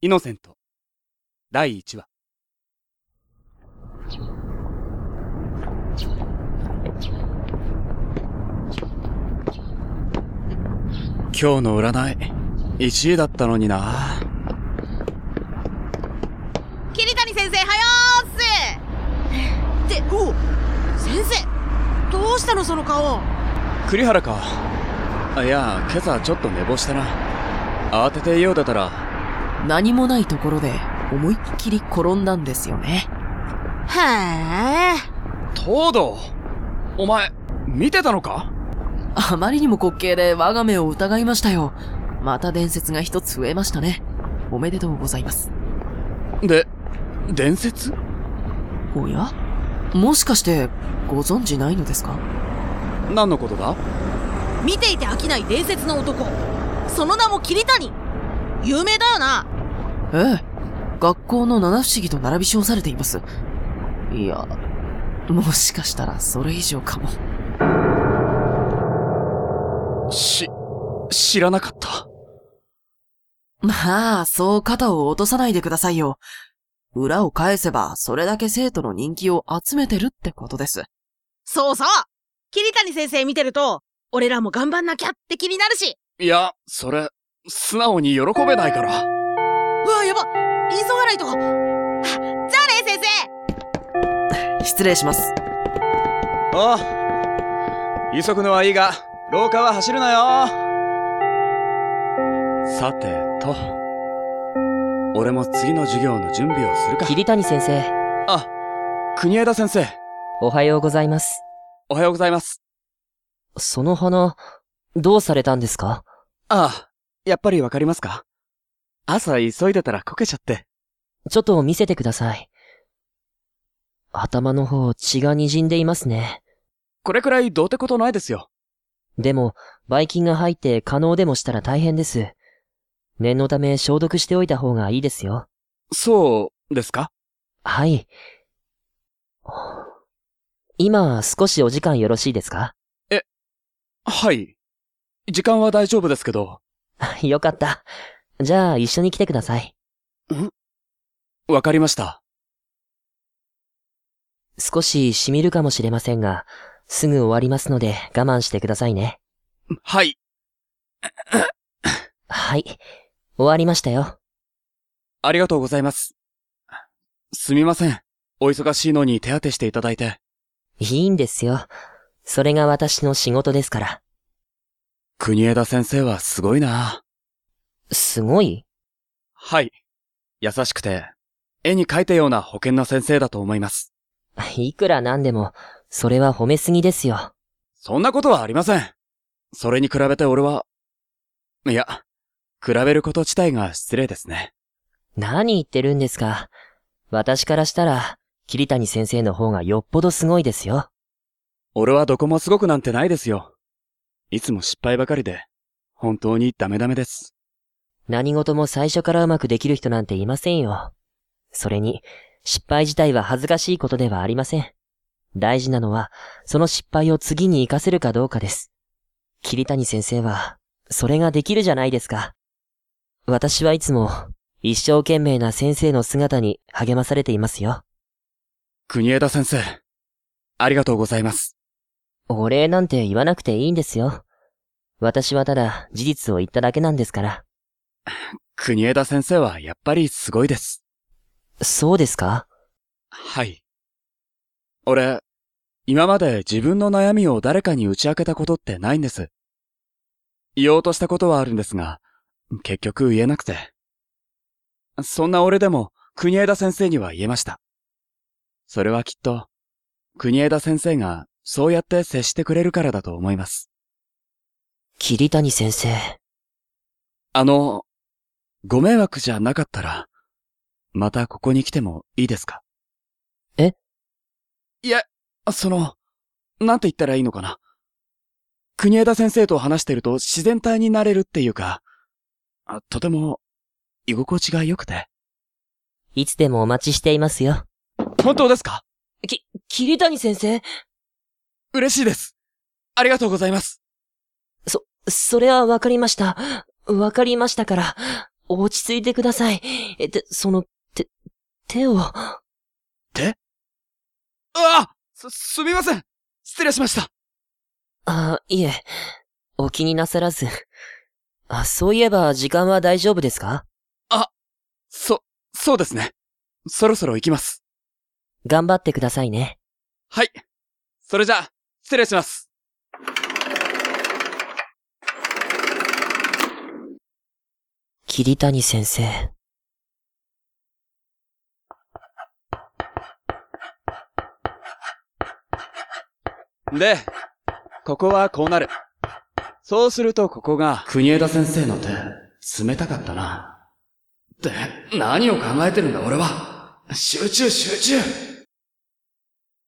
イノセント第1話今日の占い1位だったのにな桐谷先生はよーっすっておう先生どうしたのその顔栗原かあいや今朝ちょっと寝坊したな慌てて家を出たら何もないところで思いっきり転んだんですよね。は東堂お前見てたのかあまりにも滑稽で我が目を疑いましたよ。また伝説が一つ増えましたね。おめでとうございます。で伝説おやもしかしてご存知ないのですか何のことだあ見ていて飽きない伝説の男その名も桐谷有名だよなええ。学校の七不思議と並び称されています。いや、もしかしたらそれ以上かも。し知らなかったまあ、そう肩を落とさないでくださいよ。裏を返せば、それだけ生徒の人気を集めてるってことです。そうそう桐谷先生見てると俺らも頑張んなきゃって気になるしいや、それ、素直に喜べないから。うわやば急がないとはじゃあね先生失礼します。おう。急ぐのはいいが、廊下は走るなよ。さてと。俺も次の授業の準備をするか。桐谷先生、あ、国枝先生、おはようございます。おはようございます。その花、どうされたんですかああ、やっぱりわかりますか朝急いでたらこけちゃって。ちょっと見せてください。頭の方、血が滲んでいますね。これくらいどうってことないですよ。でも、ばい菌が入って可能でもしたら大変です。念のため消毒しておいた方がいいですよ。そう、ですかはい。今、少しお時間よろしいですか はい。時間は大丈夫ですけど、よかった。じゃあ、一緒に来てください。わかりました。少し染みるかもしれませんが、すぐ終わりますので我慢してくださいね。はい。はい。終わりましたよ。ありがとうございます。すみません。お忙しいのに手当てしていただいて。いいんですよ。それが私の仕事ですから。国枝先生はすごいな。すごいはい。優しくて、絵に描いたような保険な先生だと思います。いくらなんでも、それは褒めすぎですよ。そんなことはありません。それに比べて俺は、いや、比べること自体が失礼ですね。何言ってるんですか。私からしたら、桐谷先生の方がよっぽどすごいですよ。俺はどこもすごくなんてないですよ。いつも失敗ばかりで、本当にダメダメです。何事も最初からうまくできる人なんていませんよ。それに、失敗自体は恥ずかしいことではありません。大事なのは、その失敗を次に活かせるかどうかです。桐谷先生は、それができるじゃないですか。私はいつも、一生懸命な先生の姿に励まされていますよ。国枝先生、ありがとうございます。お礼なんて言わなくていいんですよ。私はただ事実を言っただけなんですから。国枝先生はやっぱりすごいです。そうですかはい。俺、今まで自分の悩みを誰かに打ち明けたことってないんです。言おうとしたことはあるんですが、結局言えなくて。そんな俺でも国枝先生には言えました。それはきっと、国枝先生がそうやって接してくれるからだと思います。桐谷先生。あの、ご迷惑じゃなかったら、またここに来てもいいですかえいや、その、なんて言ったらいいのかな。国枝先生と話してると自然体になれるっていうか、あとても、居心地が良くて。いつでもお待ちしていますよ。本当ですかき、桐谷先生嬉しいです。ありがとうございます。それはわかりました。わかりましたから、落ち着いてください。え、て、その、て、手を。あす、すみません失礼しましたあ、いえ、お気になさらず。あ、そういえば時間は大丈夫ですかそ、そうですね。そろそろ行きます。頑張ってくださいね。はい。それじゃあ、失礼します。桐谷先生。で、ここはこうなる。そうするとここが、国枝先生の手、冷たかったな。で、何を考えてるんだ俺は。集中集中